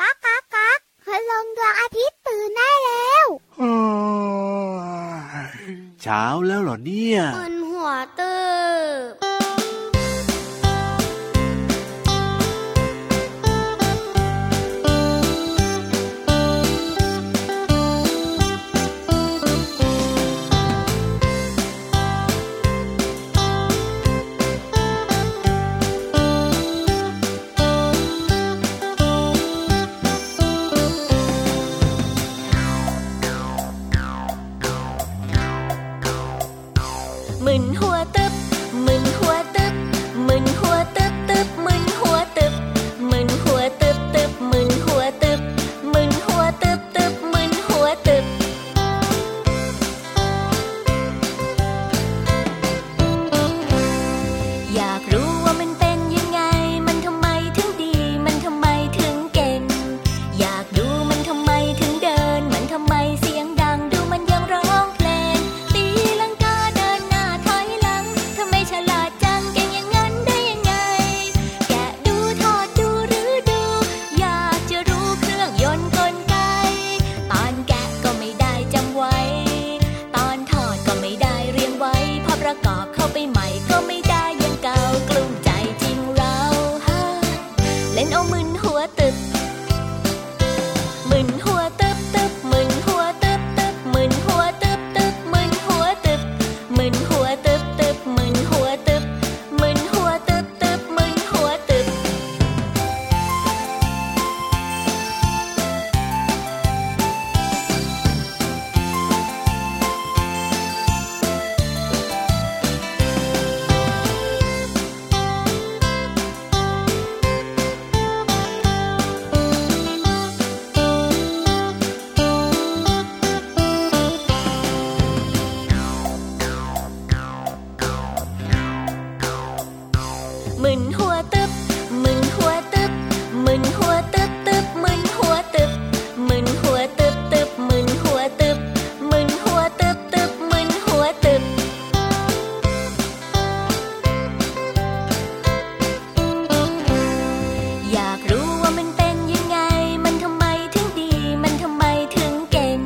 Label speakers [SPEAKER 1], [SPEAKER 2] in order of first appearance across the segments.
[SPEAKER 1] ก๊ากก๊ากก๊ากคืลงดวงอาทิตย์ตื่นได้แล้ว
[SPEAKER 2] เช้าแล้วเหรอเนี่ย
[SPEAKER 1] ตื่นหัวตื่ น
[SPEAKER 3] มึนหัวตึบมึนหัวตึบมึนหัวตึบตึบมึนหัวตึบมึนหัวตึบตึบมึนหัวตึบมึนหัวตึบตึบมึนหัวตึบ อยากรู้ว่ามันเป็นยังไง มันทำไมถึงดี มันทำไมถึงเก่ง อยากดูมันทำไมถึงเดิน มันทำไมเสียงดัง ดูมันยังร้องเพลง ตีลังกาเดินหน้าถอยหลัง ทำไมฉลาดจังเก่งอย่างนั้นได้ยังไง แกะดูถอดดูหรือดู อยากจะรู้เครื่องยนต์กลไก ตอนแกะก็ไม่ได้จำไว้ ตอนถอดก็ไม่ได้เรียงไว้ พอประกอบเข้าไปใหม่ก็ไม่ได้อยังเก่ากลุ้มใจจริงเราฮะเล่นเอามึนหัวตึก มึนหัวตึบตึบมึนหัวตึบตึบมึนหัวตึบตึบมึนหัวตึบมึนหัวตึบตึบมึนหัวตึบมึนหัวตึบตึบมึนหัวตึบ มึนหัวตึบมึนหัวตึบมึนหัวตึบตึบมึนหัวตึบมึนหัวตึบตึบมึนหัวตึบมึนหัวตึบตึบมึนหัวตึบ อยากรู้ว่ามันเป็นยังไง มันทำไมถึงดี มันทำไมถึงเก่ง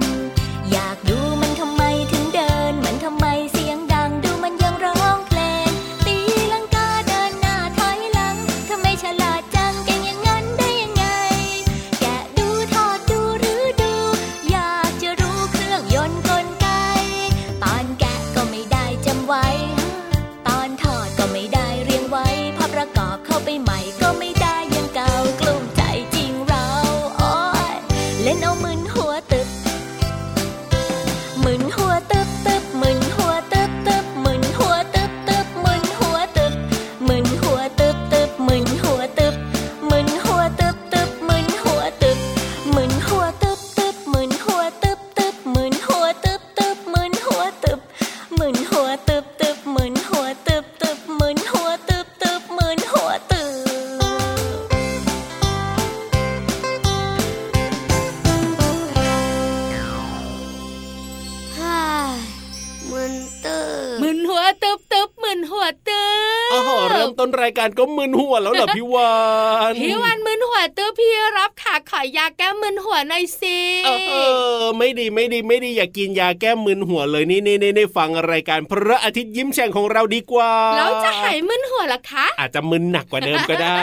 [SPEAKER 3] อยากดูมันทำไมถึงเดิน มันทำไมเสียงดัง ดูมันยังร้องเพลง ตีลังกาเดินหน้าถอยหลัง ทำไมฉลาดจังเก่งอย่างนั้นได้ยังไง แกะดูถอดดูหรือดู อยากจะรู้เครื่องยนต์กลไก ตอนแกะก็ไม่ได้จำไว้ ตอนถอดก็ไม่ได้เรียงไว้ พอประกอบเข้าไปใหม่ก็ไม่ได้อยังเก่ากลุ้มใจจริงเราโอ้ยเล่นเอามึนหัวตึก มึนหัวตึบตึบมึนหัวตึบตึบมึนหัวตึบตึบมึนหัวตึบมึนหัวตึบตึบมึนหัวตึบมึนหัวตึบตึบมึนหัวตึบมึนหัวตึบตึบมึนหัวตึบตึบมึนหัวตึบตึบมึนหัวตึบมึนหัวตึบตึบมึนหัวตึบตึบมึนหัวตึบตึบมึนหัวตึบ
[SPEAKER 1] ฮ่ามึนตื่น
[SPEAKER 4] มึนหัวตึบตึบมึนหัวตึบ
[SPEAKER 5] อ๋อเริ่มต้นรายการก็มึนหัวแล้วเหรอพี่วาน
[SPEAKER 4] พี่วันมึนหัวตึบพี่รับค่ะขอยาแก้มึนหัวหน่อยสิ
[SPEAKER 5] เออไม่ดีไม่ดีไม่ดีอย่ากินยาแก้มึนหัวเลยนี่นี่นี่นี่ฟังรายการพระอาทิตย์ยิ้มแฉ่งของเราดีกว่า
[SPEAKER 4] แล้วจะหายมึนหัวเหรอคะ
[SPEAKER 5] อาจจะมึนหนักกว่าเดิมก็ได้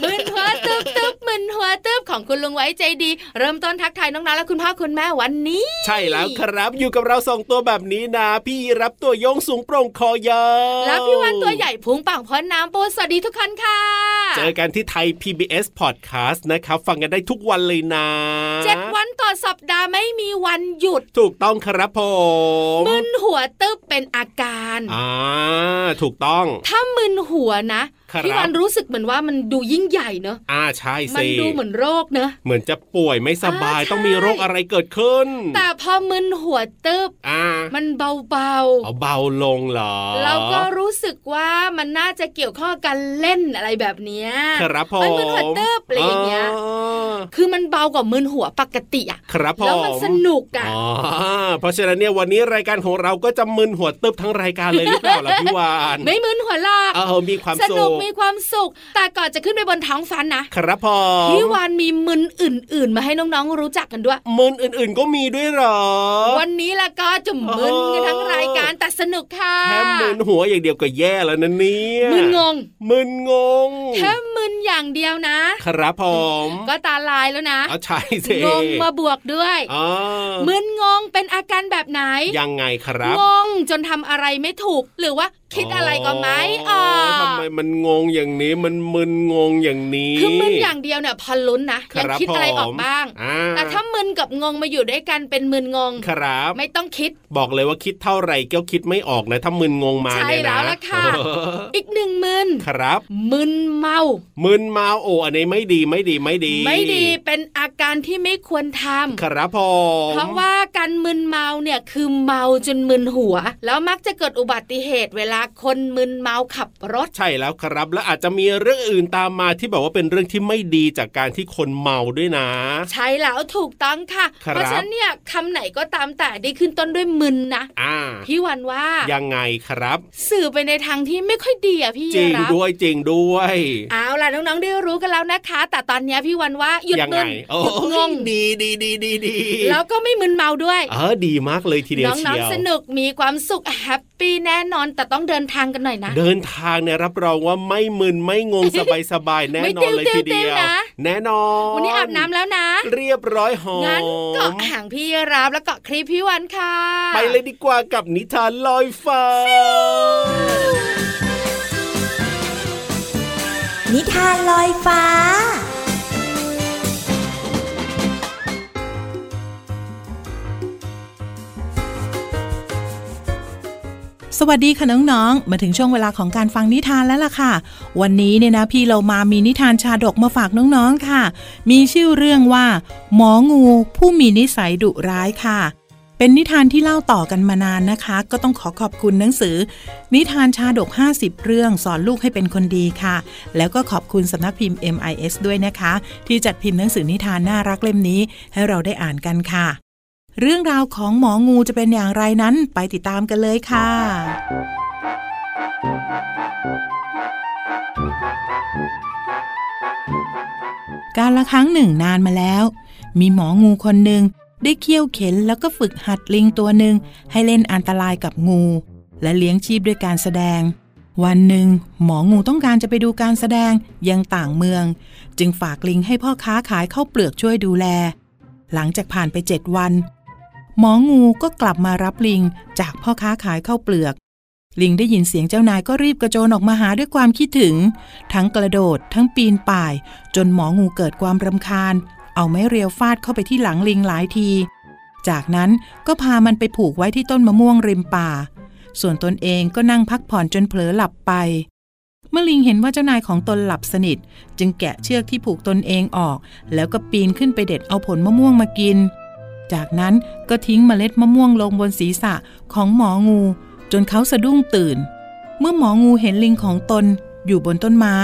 [SPEAKER 4] มึนหัวตึบตึบมึนหัวตึบของคุณลุงไว้ใจดี เริ่มต้นทักทายน้องๆและคุณพ่อคุณแม่วันนี้
[SPEAKER 5] ใช่แล้วครับอยู่กับเราสองตัวแบบนี้นะ พี่รับตัวโยงสูงโปร่งคอยาว
[SPEAKER 4] แล้วพี่วันตัวใหญ่พุงป่องพ้นน้ำโปสวัสดีทุกคนค่ะ
[SPEAKER 5] เจอกันที่ไทย PBS Podcast นะครับ ฟังกันได้ทุกวันเลยนะ
[SPEAKER 4] เจ็ดวันต่อสัปดาห์ไม่มีวันหยุด
[SPEAKER 5] ถูกต้องครับผม
[SPEAKER 4] มึนหัวตึบเป็นอาการ
[SPEAKER 5] อ่าถูกต้อง
[SPEAKER 4] ถ้ามึนหัวนะครับ พี่วันรู้สึกเหมือนว่ามันดูยิ่งใหญ่เนอะ
[SPEAKER 5] อ่าใช่
[SPEAKER 4] มัน
[SPEAKER 5] สิ
[SPEAKER 4] ดูเหมือนโรคเนอะ
[SPEAKER 5] เหมือนจะป่วยไม่สบาย
[SPEAKER 4] อ่าใช่
[SPEAKER 5] ต้องมีโรคอะไรเกิดขึ้น
[SPEAKER 4] แต่พอมึนหัวตึบ
[SPEAKER 5] อ่า
[SPEAKER 4] มันเบา
[SPEAKER 5] เอาเบาลงเหรอ
[SPEAKER 4] ๆเราก็รู้สึกว่ามันน่าจะเกี่ยวข้องกันเล่นอะไรแบบเนี้ย
[SPEAKER 5] ครับผม
[SPEAKER 4] มันมึนหัวตึบอะไรอย่างเงี้ย
[SPEAKER 5] อ
[SPEAKER 4] คือมันเบากว่ามึนหัวปกติอะ
[SPEAKER 5] ครับผม
[SPEAKER 4] แล้วมันสนุกอะ
[SPEAKER 5] อ๋อเพราะฉะนั้นเนี่ยวันนี้รายการของเราก็จะมึนหัวตึบทั้งรายการเลยหรือเปล่าล่ะพี่วาน
[SPEAKER 4] ไม่มึนหัวลาก
[SPEAKER 5] เออมีความ
[SPEAKER 4] ส
[SPEAKER 5] สุ
[SPEAKER 4] นุ
[SPEAKER 5] ข
[SPEAKER 4] ก มีความสุข แต่ก่อนจะขึ้นไปบนท้องฟ้านะครับ
[SPEAKER 5] ผม
[SPEAKER 4] พี่วานมีมึนอื่น ๆ มาให้น้องๆรู้จักกันด้วย
[SPEAKER 5] มึนอื่นๆก็มีด้วยเหรอ
[SPEAKER 4] วันนี้ละก็จุ่มมึนกันทั้งรายการแต่สนุกค่ะ
[SPEAKER 5] แค่มึนหัวอย่างเดียวก็แย่แล้วนะเนี่ย
[SPEAKER 4] มึนงง
[SPEAKER 5] มึนงง
[SPEAKER 4] แค่มึนอย่างเดียวนะ
[SPEAKER 5] ครับผม
[SPEAKER 4] ก็ตาลายแล้วนะ
[SPEAKER 5] เอาใช่สิ
[SPEAKER 4] งงมาบวกด้วย
[SPEAKER 5] อ๋อ
[SPEAKER 4] มึนงงเป็นอาการแบบไหน
[SPEAKER 5] ยังไงครับ
[SPEAKER 4] งงจนทำอะไรไม่ถูก หรือว่าคิดอะไรก็ไม่ออก
[SPEAKER 5] ทำไมมันงงอย่างนี้มันมึนงงอย่างนี้
[SPEAKER 4] คือมึนอย่างเดียวเนี่ยพอลุ้นนะ
[SPEAKER 5] ค
[SPEAKER 4] ยัง
[SPEAKER 5] รับ
[SPEAKER 4] คิดอะไร
[SPEAKER 5] ผม
[SPEAKER 4] ออกบ้าง
[SPEAKER 5] อ่
[SPEAKER 4] แต่ถ้ามึนกับงงมาอยู่ด้วยกันเป็นมึนงง
[SPEAKER 5] ครับ
[SPEAKER 4] ไม่ต้องคิด
[SPEAKER 5] บอกเลยว่าคิดเท่าไหร่ก็คิดไม่ออกนะถ้ามึนงงมา
[SPEAKER 4] ใช่
[SPEAKER 5] เนี่ยนะ
[SPEAKER 4] แล้วล่ะค่ะ
[SPEAKER 5] เออ
[SPEAKER 4] อีกหนึ่งมึน
[SPEAKER 5] ครับ
[SPEAKER 4] มึนเมา
[SPEAKER 5] มึนมาโออันนี้ไม่ดีไม่ดีไม่ดี
[SPEAKER 4] ไม่ดีเป็นอาการที่ไม่ควรทำ
[SPEAKER 5] ครับผม
[SPEAKER 4] เพราะว่าการมึนเมาเนี่ยคือเมาจนมึนหัว แล้วมักจะเกิดอุบัติเหตุเวลาคนมึนเมาขับรถ
[SPEAKER 5] ใช่แล้วครับ และอาจจะมีเรื่องอื่นตามมาที่แบบว่าเป็นเรื่องที่ไม่ดีจากการที่คนเมาด้วยนะ
[SPEAKER 4] ใช่แล้วถูกต้องค่ะ
[SPEAKER 5] ครับ
[SPEAKER 4] เพราะฉะนั้นเนี่ยคำไหนก็ตามแต่ได้ขึ้นต้นด้วยมึนนะ
[SPEAKER 5] อ่า
[SPEAKER 4] พี่วันว่า
[SPEAKER 5] ยังไงครับ
[SPEAKER 4] สื่อไปในทางที่ไม่ค่อยดีอะพี่
[SPEAKER 5] จริง
[SPEAKER 4] รับ
[SPEAKER 5] ด้วยจริงด้วย
[SPEAKER 4] เอาล่ะน้องๆได้รู้กันแล้วนะคะ แต่ตอนเนี้ยพี่วันว่าหยุด
[SPEAKER 5] ยั
[SPEAKER 4] มึน
[SPEAKER 5] ไงโอ้
[SPEAKER 4] หยุดงง
[SPEAKER 5] ดีดีดีดีดี
[SPEAKER 4] แล้วก็ไม่มึนเมาด้วย
[SPEAKER 5] เออดีมากเลยทีเดียว
[SPEAKER 4] น้
[SPEAKER 5] เชี
[SPEAKER 4] อง
[SPEAKER 5] ยว
[SPEAKER 4] ๆ สนุกมีความสุขแฮปปี้แน่นอน แต่ต้องเดินทางกันหน่อยนะ
[SPEAKER 5] เดินทางเนี่ยรับรองว่าไม่มึนไม่งง สบายสบายแน่นอนเลยทีเดี
[SPEAKER 4] ไม่
[SPEAKER 5] ย
[SPEAKER 4] ติ้ว
[SPEAKER 5] ว
[SPEAKER 4] ๆนะ
[SPEAKER 5] แน่นอน
[SPEAKER 4] วันนี้อาบน้ำแล้วนะ
[SPEAKER 5] เรียบร้อยหอ
[SPEAKER 4] งั้นเกาะ
[SPEAKER 5] ม
[SPEAKER 4] ห่างพี่รับแล้วเกาะคลิปพี่วันค่ะ
[SPEAKER 5] ไปเลยดีกว่ากับนิทานลอยฟ้า
[SPEAKER 6] นิทานลอยฟ้า
[SPEAKER 7] สวัสดีค่ะน้องๆ มาถึงช่วงเวลาของการฟังนิทานแล้วล่ะค่ะ วันนี้เนี่ยนะพี่เรามามีนิทานชาดกมาฝากน้องๆค่ะ มีชื่อเรื่องว่า หมองูผู้มีนิสัยดุร้ายค่ะ เป็นนิทานที่เล่าต่อกันมานานนะคะ ก็ต้องขอขอบคุณหนังสือ นิทานชาดก 50 เรื่องสอนลูกให้เป็นคนดีค่ะ แล้วก็ขอบคุณสำนักพิมพ์ MIS ด้วยนะคะ ที่จัดพิมพ์หนังสือนิทานน่ารักเล่มนี้ ให้เราได้อ่านกันค่ะ เรื่องราวของหมองูจะเป็นอย่างไรนั้นไปติดตามกันเลยค่ะ การละครั้งหนึ่งนานมาแล้ว มีหมองูคนหนึ่งได้เคี่ยวเข็นแล้วก็ฝึกหัดลิงตัวหนึ่งให้เล่นอันตรายกับงู และเลี้ยงชีพด้วยการแสดง วันหนึ่งหมองูต้องการจะไปดูการแสดงยังต่างเมือง จึงฝากลิงให้พ่อค้าขายข้าวเปลือกช่วยดูแล หลังจากผ่านไปเจ็ดวัน หมองูก็กลับมารับลิงจากพ่อค้าขายข้าวเปลือก ลิงได้ยินเสียงเจ้านายก็รีบกระโจนออกมาหาด้วยความคิดถึง ทั้งกระโดดทั้งปีนป่าย จนหมองูเกิดความรำคาญ เอาไม้เรียวฟาดเข้าไปที่หลังลิงหลายที จากนั้นก็พามันไปผูกไว้ที่ต้นมะม่วงริมป่า ส่วนตนเองก็นั่งพักผ่อนจนเผลอหลับไป เมื่อลิงเห็นว่าเจ้านายของตนหลับสนิท จึงแกะเชือกที่ผูกตนเองออก แล้วก็ปีนขึ้นไปเด็ดเอาผลมะม่วงมากิน จากนั้นก็ทิ้งเมล็ดมะม่วงลงบนศีรษะของหมองู จนเขาสะดุ้งตื่น เมื่อหมองูเห็นลิงของตนอยู่บนต้นไม้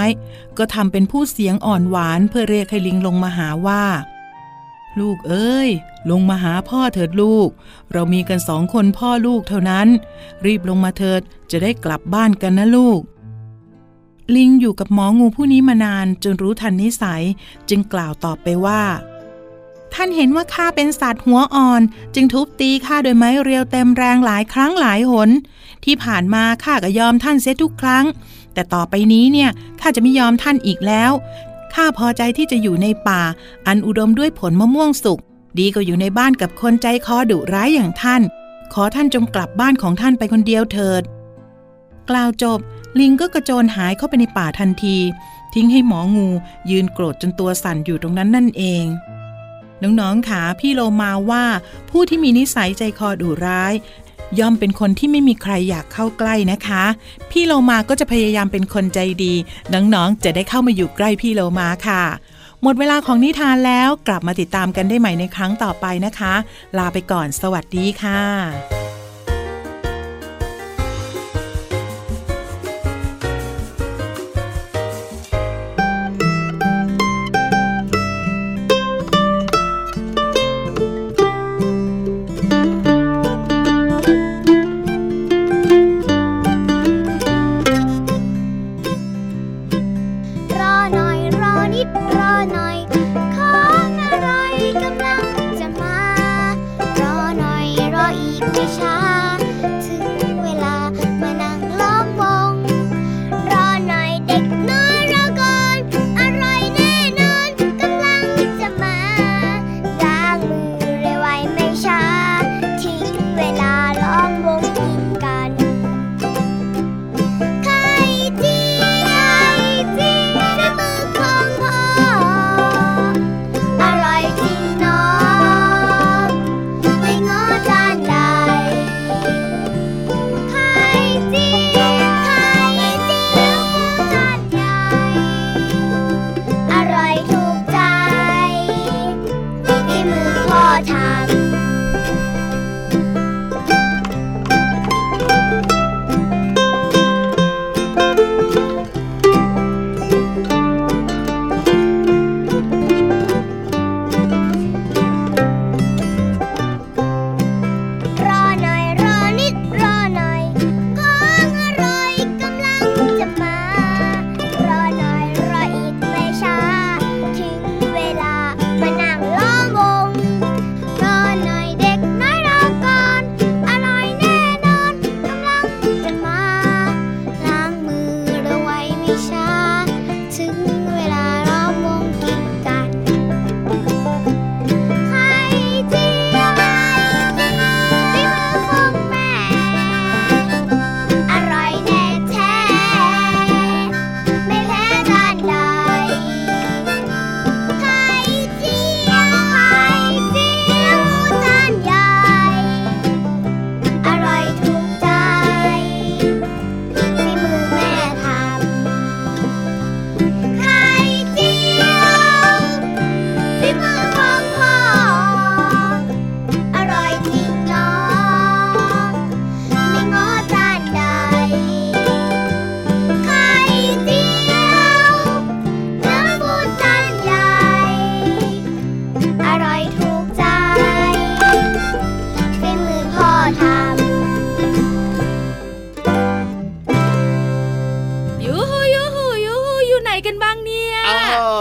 [SPEAKER 7] ก็ทำเป็นผู้เสียงอ่อนหวานเพื่อเรียกให้ลิงลงมาหาว่า ลูกเอ้ย ลงมาหาพ่อเถิดลูก เรามีกันสองคนพ่อลูกเท่านั้น รีบลงมาเถิดจะได้กลับบ้านกันนะลูก ลิงอยู่กับหมองูผู้นี้มานานจนรู้ทันนิสัย จึงกล่าวตอบไปว่า ท่านเห็นว่าข้าเป็นสัตว์หัวอ่อน จึงทุบตีข้าโดยไม้เรียวเต็มแรงหลายครั้งหลายหน ที่ผ่านมาข้าก็ยอมท่านเสียทุกครั้ง แต่ต่อไปนี้เนี่ยข้าจะไม่ยอมท่านอีกแล้วข้าพอใจที่จะอยู่ในป่า อันอุดมด้วยผลมะม่วงสุกดีกว่าอยู่ในบ้านกับคนใจคอดุร้ายอย่างท่าน ขอท่านจงกลับบ้านของท่านไปคนเดียวเถิด กล่าวจบ ลิงก็กระโจนหายเข้าไปในป่าทันที ทิ้งให้หมองูยืนโกรธจนตัวสั่นอยู่ตรงนั้นนั่นเอง น้องๆค่ะพี่โลมาว่า ผู้ที่มีนิสัยใจคอดุร้าย ย่อมเป็นคนที่ไม่มีใครอยากเข้าใกล้นะคะ พี่โลมาก็จะพยายามเป็นคนใจดี น้องๆ จะได้เข้ามาอยู่ใกล้พี่โลมาค่ะ หมดเวลาของนิทานแล้วกลับมาติดตามกันได้ใหม่ในครั้งต่อไปนะคะ ลาไปก่อนสวัสดีค่ะ
[SPEAKER 5] พ อ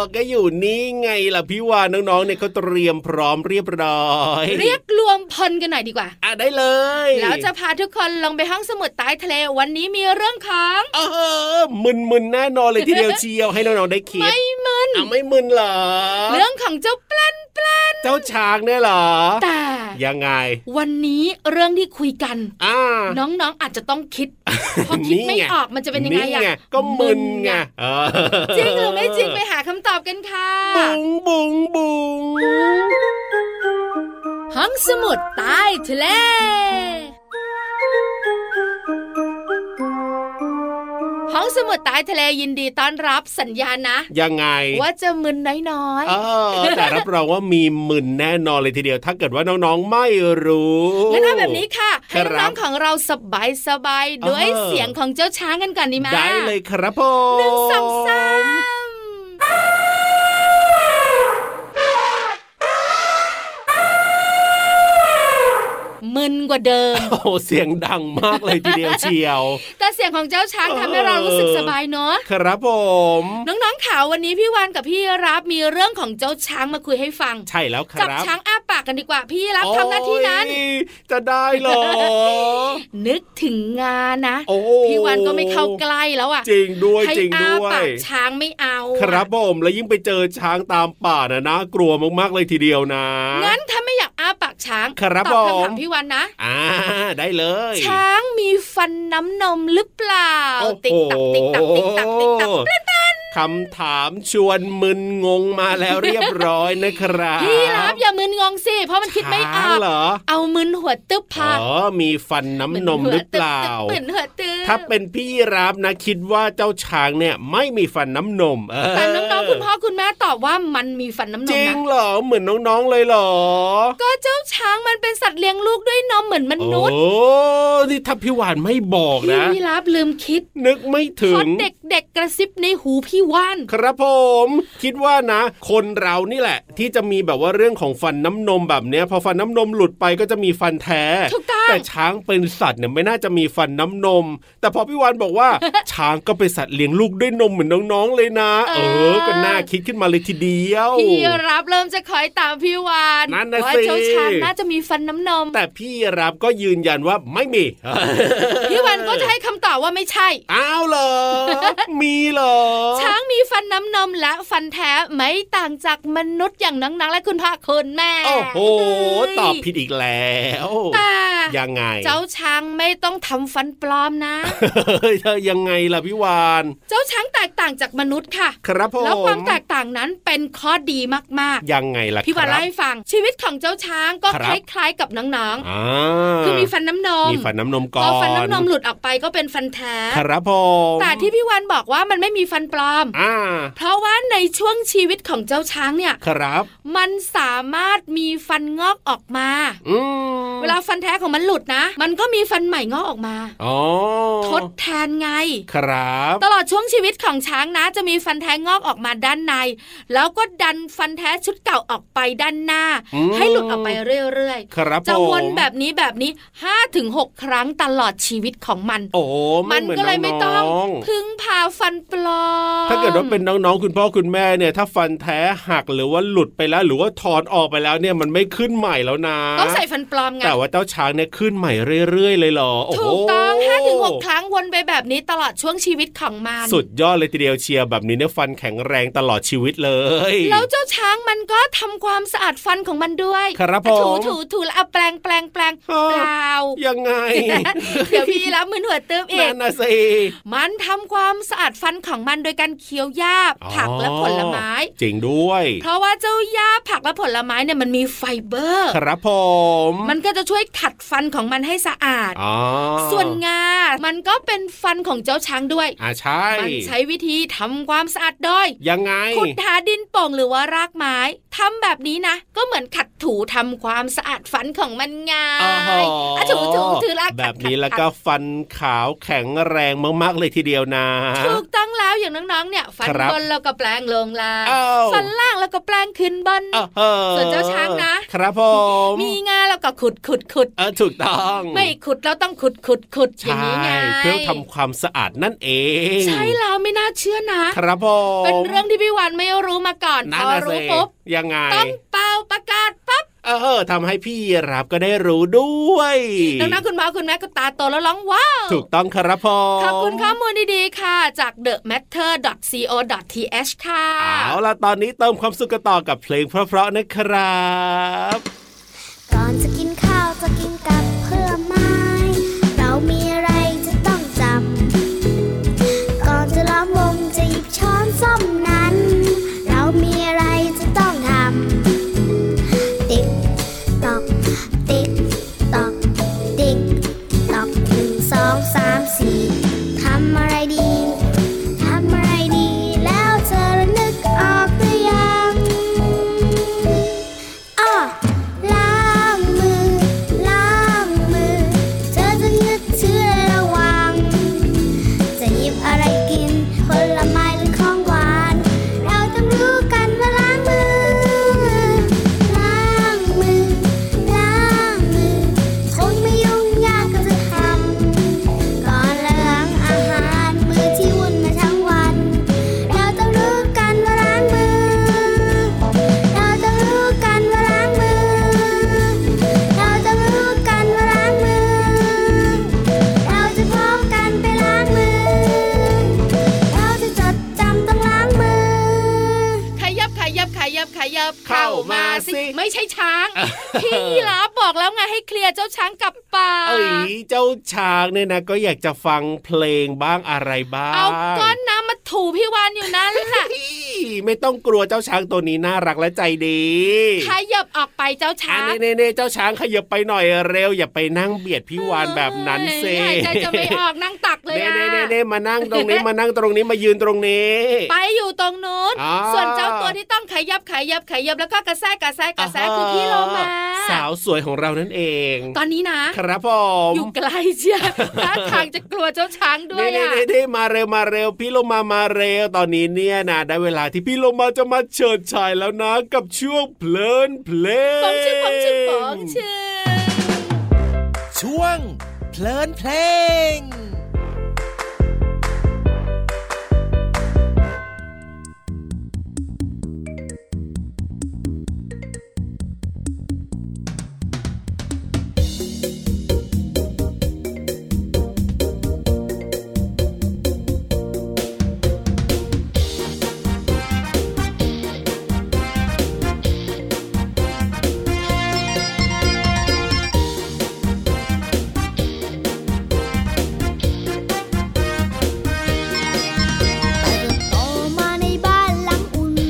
[SPEAKER 5] กก็อยู่นี่ไงล่ะพี่วานน้องๆเนี่ยเขาเตรียมพร้อมเรียบร้อย
[SPEAKER 4] เรียกรวมพลกันหน่อยดีกว่า
[SPEAKER 5] อ่ะได้เลย
[SPEAKER 4] แล้วจะพาทุกคนลงไปห้องสมุดใต้ทะเลวันนี้มีเรื่องของ
[SPEAKER 5] เออมึนๆแน่นอนเลยทีเดียวเชียวให้น้องๆได้คิด
[SPEAKER 4] ไม่มึน
[SPEAKER 5] อ่ะไม่มึนเหรอ
[SPEAKER 4] เรื่องของเจ้าปลันปลัน
[SPEAKER 5] เจ้าช้างเนี่ยเหรอ
[SPEAKER 4] แต่
[SPEAKER 5] ยังไง
[SPEAKER 4] วันนี้เรื่องที่คุยกัน
[SPEAKER 5] อ่า
[SPEAKER 4] น้องๆอาจจะต้อง คิด พอคิด
[SPEAKER 5] นี่ไง
[SPEAKER 4] ไม่ออกมันจะเป็นยังไงอะ
[SPEAKER 5] ก็มึนไงเออ
[SPEAKER 4] จริงหรือไม่จริงไปหาคำตอบกันค่ะ
[SPEAKER 5] บุงบุงบุง
[SPEAKER 4] ห้องสมุดใต้ทะเล ห้องสมุดใต้ทะเลยินดีต้อนรับสัญญาณนะ
[SPEAKER 5] ยังไง
[SPEAKER 4] ว่าจะมึนน้อย
[SPEAKER 5] เออแต่รับรองว่ามีหมื่นแน่นอนเลยทีเดียว ถ้าเกิดว่าน้องๆไม่รู้
[SPEAKER 4] ๆงั้นเอาแบบนี้ค่ะ ให้
[SPEAKER 5] ครับ
[SPEAKER 4] น้องๆของเราสบายสบายๆด้วย
[SPEAKER 5] เออ
[SPEAKER 4] เสียงของเจ้าช้างกันก่อนดีไหม
[SPEAKER 5] ได้เลยครับผม
[SPEAKER 4] หนึ่งสองสามมึนกว่าเดิม
[SPEAKER 5] โอ้โหเสียงดังมากเลยทีเดียวเชียว
[SPEAKER 4] แต่เสียงของเจ้าช้างทำให้เรารู้สึกสบายเนอะ
[SPEAKER 5] ครับผม
[SPEAKER 4] น้องๆข่าววันนี้พี่วานกับพี่รับมีเรื่องของเจ้าช้างมาคุยให้ฟัง
[SPEAKER 5] ใช่แล้วค
[SPEAKER 4] จับ
[SPEAKER 5] รับ
[SPEAKER 4] ช้างอ้าปากกันดีกว่า พี่รับทำหน้าที่นั้น
[SPEAKER 5] โอ้ยจะได้เหร อ
[SPEAKER 4] นึกถึงงานนะ
[SPEAKER 5] โอ้
[SPEAKER 4] พี่วานก็ไม่เข้าใกล้แล้วอ่ะ
[SPEAKER 5] จริงด้วย
[SPEAKER 4] ให้
[SPEAKER 5] จริง
[SPEAKER 4] อ้า
[SPEAKER 5] ด้ว
[SPEAKER 4] ปาย กช้างไม่เอาอะ
[SPEAKER 5] ครับผมแล้วยิ่งไปเจอช้างตามป่านะนะกลัวมากๆเลยทีเดียวนะ
[SPEAKER 4] งั้นถ้าไม่อยากอ้าปากช้าง
[SPEAKER 5] ครับ
[SPEAKER 4] ตอบคำถา
[SPEAKER 5] ผ
[SPEAKER 4] ม มพี่วานนะ
[SPEAKER 5] อ่าได้เลย
[SPEAKER 4] ช้างมีฟันน้ำนมหรือเปล่า
[SPEAKER 5] โอ้โห
[SPEAKER 4] ติ๊กตักติ๊กตักติ๊กตักติ๊กตักเปล่า
[SPEAKER 5] คำถามชวนมึนงงมาแล้วเรียบร้อยนะครับ
[SPEAKER 4] พี่รับอย่ามึนงงสิเพราะมันคิดไม่ออ
[SPEAKER 5] ช้าง
[SPEAKER 4] ก
[SPEAKER 5] เหรอ
[SPEAKER 4] เอามึนหัวตึ๊บพา
[SPEAKER 5] อ๋อมีฟันน้ำนมหรือเปล่า
[SPEAKER 4] เหมือนหัวตึ๊บ
[SPEAKER 5] ถ้าเป็นพี่รับนะคิดว่าเจ้าช้างเนี่ยไม่มีฟันน้ำนมเออ
[SPEAKER 4] แต่น้องๆคุณพ่อคุณแม่ตอบว่ามันมีฟันน้ำนม
[SPEAKER 5] จริง
[SPEAKER 4] นะ
[SPEAKER 5] เหรอเหมือนน้องๆเลยเหรอ
[SPEAKER 4] ก็เจ้าช้างมันเป็นสัตว์เลี้ยงลูกด้วยนมเหมือนมนุ
[SPEAKER 5] โอ้
[SPEAKER 4] ษย์
[SPEAKER 5] นี่ถ้าพี่หวานไม่บอก
[SPEAKER 4] พี่
[SPEAKER 5] นะ
[SPEAKER 4] ยีรับลืมคิด
[SPEAKER 5] นึกไม่ถึ
[SPEAKER 4] เพ
[SPEAKER 5] ง
[SPEAKER 4] ราะเด็กๆกระซิบในหูพี่ว่าน
[SPEAKER 5] ครับผมคิดว่านะ คนเรานี่แหละ ที่จะมีแบบว่าเรื่องของฟันน้ำนมแบบเนี้ย พอฟันน้ำนมหลุดไปก็จะมีฟันแท้
[SPEAKER 4] ถูกต้อง
[SPEAKER 5] แต่ช้างเป็นสัตว์เนี่ยไม่น่าจะมีฟันน้ำนม แต่พอพี่วานบอก ว่า ช้างก็เป็นสัตว์เลี้ยงลูกด้วยนมเหมือนน้องๆเลยนะ เออ ก็น่าคิดขึ้นมาเลยทีเดียว
[SPEAKER 4] พี่รับเริ่มจะคอยตามพี่วาน
[SPEAKER 5] นั่นน่ะ
[SPEAKER 4] ว่า
[SPEAKER 5] สิ
[SPEAKER 4] เจ้าช้างน่าจะมีฟันน้ำนม
[SPEAKER 5] แต่พี่รับก็ยืนยันว่าไม่มี
[SPEAKER 4] พี่วานก็จะให้คำตอบว่าไม่ใช่
[SPEAKER 5] อ้าว เหรอ มีเหรอ
[SPEAKER 4] ช้างมีฟันน้ำนมและฟันแท้ไม่ต่างจากมนุษย์อย่างนังๆและคุณพ่อคุณแม่
[SPEAKER 5] โอ้โห ตอบผิดอีกแล้ว
[SPEAKER 4] แต่
[SPEAKER 5] ยังไง
[SPEAKER 4] เจ้าช้างไม่ต้องทำฟันปลอมนะ
[SPEAKER 5] เฮ้ยเธอยังไงล่ะพี่วาน
[SPEAKER 4] เจ้าช้างแตกต่างจากมนุษย์ค่ะ
[SPEAKER 5] ครับผม
[SPEAKER 4] แล้วความแตกต่างนั้นเป็นข้อดีมาก
[SPEAKER 5] ยังไงล่ะ
[SPEAKER 4] ๆ พี่วาน
[SPEAKER 5] ครับ
[SPEAKER 4] เล่าให้ฟัง ชีวิตของเจ้าช้างก็
[SPEAKER 5] ค
[SPEAKER 4] ครับ ล้ายๆกับน้อง
[SPEAKER 5] อ่า
[SPEAKER 4] ๆ คือมีฟันน้ำนม
[SPEAKER 5] มีฟันน้ำนมก่อน
[SPEAKER 4] พอฟันน้ำนมหลุดออกไปก็เป็นฟันแท้
[SPEAKER 5] ครับผม
[SPEAKER 4] แต่ที่พี่วานบอกว่ามันไม่มีฟันปลอม
[SPEAKER 5] อ่า
[SPEAKER 4] เพราะว่าในช่วงชีวิตของเจ้าช้างเนี่ย
[SPEAKER 5] ครับ
[SPEAKER 4] มันสามารถมีฟันงอกออกมา
[SPEAKER 5] อืม
[SPEAKER 4] เวลาฟันแท้ของมันหลุดนะ มันก็มีฟันใหม่งอกออกมา
[SPEAKER 5] อ๋อ
[SPEAKER 4] ทดแทนไง
[SPEAKER 5] ครับ
[SPEAKER 4] ตลอดช่วงชีวิตของช้างนะจะมีฟันแท้งอกออกมาด้านใน แล้วก็ดันฟันแท้ชุดเก่าออกไปด้านหน้า
[SPEAKER 5] อืม
[SPEAKER 4] ให้หลุดออกไปเรื่อย
[SPEAKER 5] ครับ
[SPEAKER 4] ๆจะวน
[SPEAKER 5] ผม
[SPEAKER 4] แบบนี้แบบนี้5้าถึงหครั้งตลอดชีวิตของมัน
[SPEAKER 5] โอ้
[SPEAKER 4] มัน
[SPEAKER 5] ไหอ
[SPEAKER 4] ก็เลยไม่ต้อง
[SPEAKER 5] น้อง
[SPEAKER 4] พึ่งพาฟันปลอม
[SPEAKER 5] ๆถ้าเกิดว่าเป็นน้องๆคุณพ่อคุณแม่เนี่ย ถ้าฟันแท้หักหรือว่าหลุดไปแล้ว หรือว่าถอนออกไปแล้วเนี่ยมันไม่ขึ้นใหม่แล้วนะ
[SPEAKER 4] ต้องใส่ฟันปลอมไง
[SPEAKER 5] แต่ว่าเจ้าช้างเนี่ยขึ้นใหม่เรื่อยๆเลยเหรอโโห
[SPEAKER 4] ถูกต้อง5้าถึงหครั้งวนไปแบบนี้ตลอดช่วงชีวิตของมัน
[SPEAKER 5] สุดยอดเลยทีเดียวเชียร์แบบนี้เนี่ยฟันแข็งแรงตลอดชีวิตเลย
[SPEAKER 4] แล้วเจ้าช้างมันก็ทำความสะอาดฟันของมันด้วย
[SPEAKER 5] ครับผม
[SPEAKER 4] ถูถูถูแล้วเอาแปรงแปรงแปรงเปล่า
[SPEAKER 5] ยังไง
[SPEAKER 4] เดี๋ยวพี่รับมือหนวดเติมเอ
[SPEAKER 5] นั่
[SPEAKER 4] ง
[SPEAKER 5] นนะสิ
[SPEAKER 4] มันทำความสะอาดฟันของมันโดยการเคี้ยวหญ้า
[SPEAKER 5] อ๋อ
[SPEAKER 4] ผักและผลไม้
[SPEAKER 5] จริงด้วย
[SPEAKER 4] เพราะว่าเจ้าหญ้าผักและผลไม้เนี่ยมันมีไฟเบอร์
[SPEAKER 5] ครับผม
[SPEAKER 4] มันก็จะช่วยขัดฟันของมันให้สะอาด
[SPEAKER 5] อ๋อ
[SPEAKER 4] ส่วนงา มันก็เป็นฟันของเจ้าช้างด้วย
[SPEAKER 5] อ่าใช่
[SPEAKER 4] มันใช้วิธีทำความสะอาดโดย
[SPEAKER 5] ยังไง
[SPEAKER 4] ขุดหาดินโป่งหรือว่ารากไม้ ทำแบบนี้นะ ก็เหมือนขัดถูทำความสะอาดฟันของมันไง
[SPEAKER 5] อ๋อ
[SPEAKER 4] อ่ะถูถูถือละขัด
[SPEAKER 5] แบบนี้
[SPEAKER 4] ขัด
[SPEAKER 5] แล้วก็
[SPEAKER 4] ขัด
[SPEAKER 5] ฟันขาวแข็งแรงมากๆเลยทีเดียวนะ
[SPEAKER 4] ถูกต้องแล้วอย่างน้องๆ เนี่ยฟัน
[SPEAKER 5] ครับ
[SPEAKER 4] บนเราก็แปลงลงล่าง
[SPEAKER 5] อ้าว
[SPEAKER 4] ฟันล่างเราก็แปลงขึ้นบน
[SPEAKER 5] อ้าว
[SPEAKER 4] ส่วนเจ้าช้างนะ
[SPEAKER 5] ครับผม
[SPEAKER 4] มีงาเราก็ขุดขุดขุด
[SPEAKER 5] เออถูกต้อง
[SPEAKER 4] ไม่ขุดเราต้องขุดขุดขุดอย่าง
[SPEAKER 5] ใช่
[SPEAKER 4] นี้ไง
[SPEAKER 5] เพื่อทำความสะอาดนั่นเอง
[SPEAKER 4] ใช่แล้วไม่น่าเชื่อนะ
[SPEAKER 5] ครับผม
[SPEAKER 4] เป็นเรื่องที่พี่วันไม่รู้มาก่อน
[SPEAKER 5] นั่
[SPEAKER 4] พ
[SPEAKER 5] น
[SPEAKER 4] อ
[SPEAKER 5] น่ะสิ
[SPEAKER 4] รู้ปุ๊บ
[SPEAKER 5] ยังไง
[SPEAKER 4] ต้องเป่าประกาศปั๊บ
[SPEAKER 5] เออทำให้พี่รับก็ได้รู้ด้วย
[SPEAKER 4] น้องๆคุณหมอคุณแม่ก็ตาโตแล้วร้องว้าว
[SPEAKER 5] ถูกต้องครับผม
[SPEAKER 4] ขอบคุณข้อมูลดีๆ ค่ะ จาก the matter co th ค่ะ
[SPEAKER 5] เอาล่ะตอนนี้เติมความสุขกันต่อกับเพลงเพราะๆนะครับ
[SPEAKER 1] ก่อนจะกินข้าวจะกินกับเพื่อไม้ เรามีอะไรจะต้องจำ ก่อนจะล้อมวงจะหยิบช้อนส้อมนั้น เรามีอะไรจะต้องทำ ติ๊กตอก ติ๊กตอก ติ๊กตอกหนึ่งสองสามสี่ทำอะไรดี ทำอะไรดี แล้วเธอนึกออกหรือยัง อ้อล้างมือ ล้างมือ เธอจะนึกถึงระวัง จะหยิบอะไรกิน ผลไม้หรือของหวาน เราต้องรู้กันว่าล้างมือ ล้างมือ ล้างมือ คงไม่ยุ่งยากก็จะทำ ก่อนล้างอาหารมือที่วุ่นมาทั้งวัน เราต้องรู้กันว่าล้างมือ เราต้องรู้กันว่าล้างมือ เราต้องรู้กันว่าล้างมือ เราจะพร้อมกันไปล้างมือ เราจะจดจำต้องล้างมือ
[SPEAKER 4] ขยับขยับขยับขยับ
[SPEAKER 5] เข้ามาสิ
[SPEAKER 4] ไม่ใช่ช้าง
[SPEAKER 5] เออ
[SPEAKER 4] พี่ยีราฟบอกแล้วไงให้เคลียร์เจ้าช้างกลับป่า
[SPEAKER 5] เอ้ยเจ้าช้างเนี่ยนะ ก็อยากจะฟังเพลงบ้างอะไรบ้าง
[SPEAKER 4] เอาก้อนน้ำมาถูพี่วานอยู่นั่นแหละ
[SPEAKER 5] อี้ไม่ต้องกลัวเจ้าช้างตัวนี้น่ารักและใจดี
[SPEAKER 4] ขยับออกไปเจ้า
[SPEAKER 5] อั
[SPEAKER 4] ช้าน ง
[SPEAKER 5] นี้เน่ๆเจ้าช้างขยับไปหน่อยเร็ว อย่าไปนั่งเบียดพี่วานแบบนั้นเซ
[SPEAKER 4] เอ้ยหายใจจะไม่ออกนั่งตักเลยอะ
[SPEAKER 5] เน่ๆเน่ๆมานั่ง ตรงนี้มานั่งตรงนี้มายืนตรงนี้
[SPEAKER 4] ไปอยู่ตรงนู้น
[SPEAKER 5] อ่า
[SPEAKER 4] ส่วนเจ้าตัวที่ต้องขยับขยับขยับแล้วก็กระแทกกระแทกกระแทกคือพี่โลมา
[SPEAKER 5] สาวสวยของเรานั่นเอง
[SPEAKER 4] ตอนนี้นะ
[SPEAKER 5] ครับผม
[SPEAKER 4] อยู่ไกลเชียวท่าทางจะกลัวเจ้าช้างด้วย
[SPEAKER 5] เน่
[SPEAKER 4] อ่ะ
[SPEAKER 5] ๆเน่ๆมาเร็วมาเร็วพี่โลมามาเร็วตอนนี้เนี่ยนะได้เวลาที่พี่โลมาจะมาเฉิดฉายแล้วนะ กับช่วงเพลินเพลง
[SPEAKER 4] ป๋องชื่อป๋องชื่อป๋องชื่อ
[SPEAKER 2] ช่วง เพลินเพลง
[SPEAKER 1] โตมาในบ้านหลังอุ่น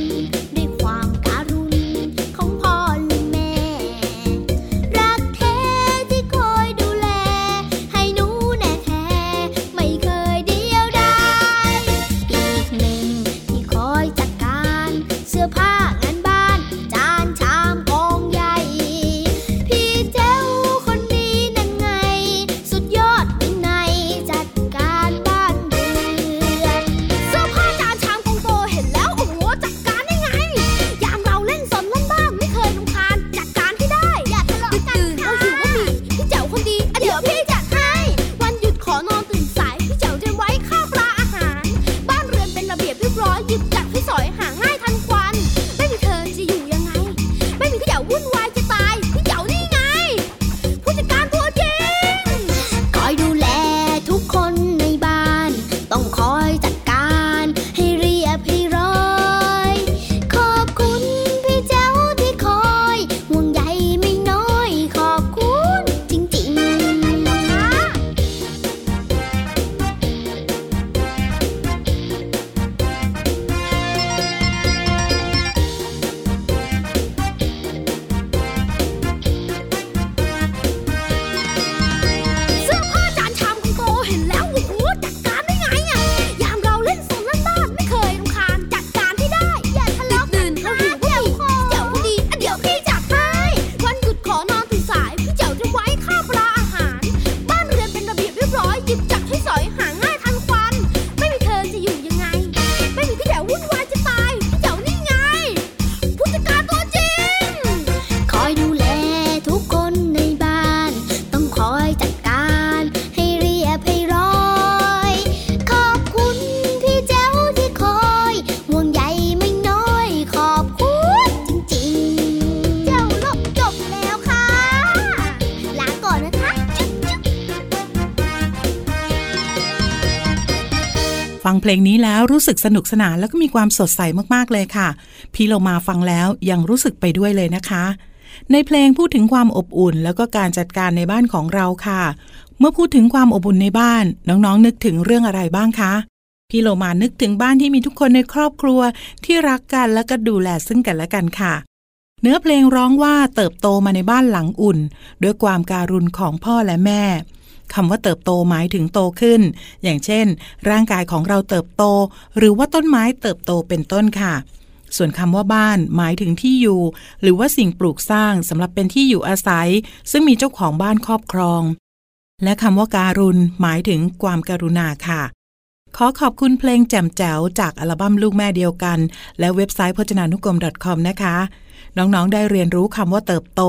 [SPEAKER 1] ด้วยความการุณของพ่อและแม่ รักแท้ที่คอยดูแล ให้หนูแน่แท้ ไม่เคยเดียวดายอีกหนึ่งที่คอยจัดการ เสื้อผ้างานบ้าน จานชามกองใหญ่ พี่เจ้าคนนี้นั่นไง สุดยอดวินัยจัดการบ้านเรือน เสื้อผ้าจานชามกองโตเห็นแล้ว โอ้โห จัดการได้ไง ยามเราเล่นสนเล่นบ้างไม่เคยรำคาญจัดการให้ได้ อย่าทะเลาะกันเอาหิวก็มีพี่เจ๋วคนดีอ่ะเดี๋ยวพี่จัดให้ วันหยุดขอนอนตื่นสาย พี่เจ๋วเตรียมไว้ข้าวปลาอาหาร บ้านเรือนเป็นระเบียบเรียบร้อยหยิบจัดให้สอยหาง่ายทันควัน
[SPEAKER 7] ฟังเพลงนี้แล้วรู้สึกสนุกสนานแล้วก็มีความสดใสมากๆเลยค่ะ พี่เรามาฟังแล้วยังรู้สึกไปด้วยเลยนะคะ ในเพลงพูดถึงความอบอุ่น แล้วก็การจัดการในบ้านของเราค่ะ เมื่อพูดถึงความอบอุ่นในบ้าน น้องๆ นึกถึงเรื่องอะไรบ้างคะ พี่โลมานึกถึงบ้านที่มีทุกคนในครอบครัวที่รักกันและก็ดูแลซึ่งกันและกันค่ะ เนื้อเพลงร้องว่าเติบโตมาในบ้านหลังอุ่น ด้วยความการุณของพ่อและแม่ คำว่าเติบโตหมายถึงโตขึ้น อย่างเช่น ร่างกายของเราเติบโต หรือว่าต้นไม้เติบโตเป็นต้นค่ะ ส่วนคำว่าบ้านหมายถึงที่อยู่ หรือว่าสิ่งปลูกสร้างสำหรับเป็นที่อยู่อาศัย ซึ่งมีเจ้าของบ้านครอบครอง และคำว่าการุณหมายถึงความการุณาค่ะ ขอขอบคุณเพลงแจ่มแจ๋วจากอัลบั้มลูกแม่เดียวกัน และเว็บไซต์พจนานุกรม .com นะคะ น้องๆ ได้เรียนรู้คำว่าเติบโต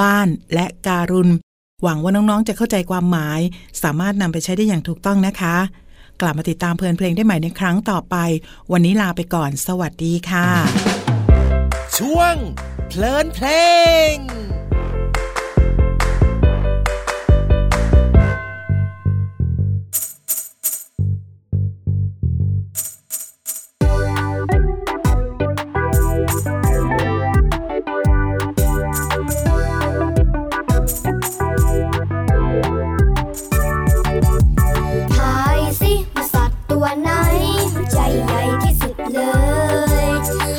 [SPEAKER 7] บ้านและการุณ หวังว่าน้องๆ จะเข้าใจความหมาย สามารถนำไปใช้ได้อย่างถูกต้องนะคะ กลับมาติดตามเพลินเพลงได้ใหม่ในครั้งต่อไป วันนี้ลาไปก่อน สวัสดีค่ะ
[SPEAKER 2] ช่วง เพลินเพลง
[SPEAKER 1] ทายสิว่าสัตว์ตัวไหน ใจใหญ่ที่สุดเลย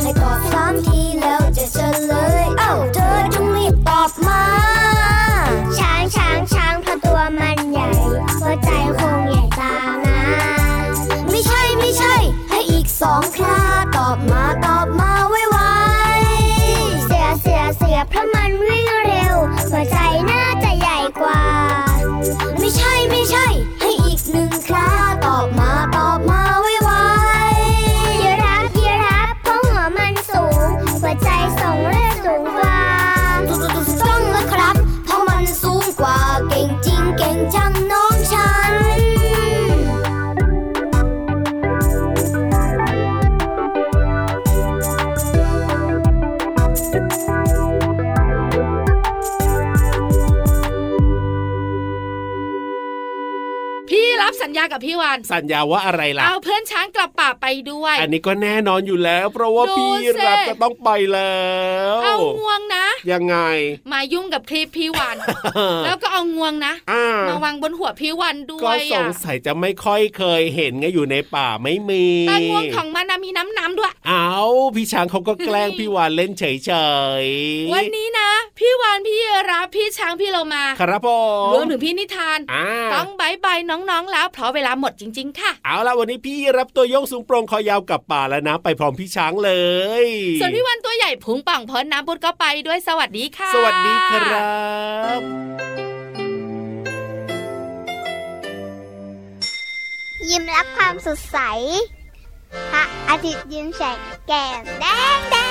[SPEAKER 1] ให้ตอบสามทีแล้วจะเฉลย เอ้าเธอจงรีบตอบมา ช้างช้างช้างเพราะตัวมันใหญ่หัวใจคงใหญ่ตามนะ ไม่ใช่ไม่ใช่ ให้อีกสองคราตอบมาตอบมาไวไวๆเสียเสียเสียเพราะมันวิ่งเร็ว หัวใจน่าจะใหญ่กว่า ไม่ใช่ไม่ใช่ ให้อีกหนึ่งคราตอบมาตอบมาไวไวๆยีราฟยีราฟเพราะหัวมันสูง หัวใจส่งเลือดสูงกว่าถูกต้องแล้วครับ เพราะมันสูงกว่าเก่งจริงเก่งจังน้องฉัน
[SPEAKER 4] พี่รับสัญญากับพี่วัน
[SPEAKER 5] สัญญาว่าอะไรล่ะ
[SPEAKER 4] เอาเพื่อนช้างกลับป่าไปด้วย
[SPEAKER 5] อันนี้ก็แน่นอนอยู่แล้ว เพราะว่า
[SPEAKER 4] ดู
[SPEAKER 5] พี่
[SPEAKER 4] สิ
[SPEAKER 5] รับก็ต้องไปแล้ว
[SPEAKER 4] เอางวงนะ
[SPEAKER 5] ยังไง
[SPEAKER 4] มายุ่งกับคลิปพี่วัน แล้วก็เอางวงนะ
[SPEAKER 5] อ่าม
[SPEAKER 4] าวางบนหัวพี่วันด้ว
[SPEAKER 5] ก็
[SPEAKER 4] ย
[SPEAKER 5] ส
[SPEAKER 4] อะ
[SPEAKER 5] งสัยจะไม่ค่อยเคยเห็นไงอยู่ในป่าไม่มี
[SPEAKER 4] แต่งวงของมันนะมีน้ำน้ำๆด้วย
[SPEAKER 5] เอาพี่ช้างเขาก็แกล้งพี่วานเล่นเฉยๆ
[SPEAKER 4] วันนี้นะ พี่วันพี่รับพี่ช้างพี่เรามา
[SPEAKER 5] ครับผ
[SPEAKER 4] รวม
[SPEAKER 5] ม
[SPEAKER 4] ถึงพี่นิทาน
[SPEAKER 5] อ่า
[SPEAKER 4] ต้องบายบายน้องๆ แล้วเพราะเวลาหมดจริง ๆ ค่ะ
[SPEAKER 5] เอาละวันนี้พี่รับตัวโยงสูงโปรงคอยาวกลับป่าแล้วนะ ไปพร้อมพี่ช้างเลย
[SPEAKER 4] ส่วนพี่วันตัวใหญ่พุงป่องพ้นน้ำพุดก็ไปด้วยสวัสดีค่ะ
[SPEAKER 5] สวัสดีครับ
[SPEAKER 1] ยิ้มรับความสดใส พระอาทิตย์ยิ้มแฉกแก้มแดงแด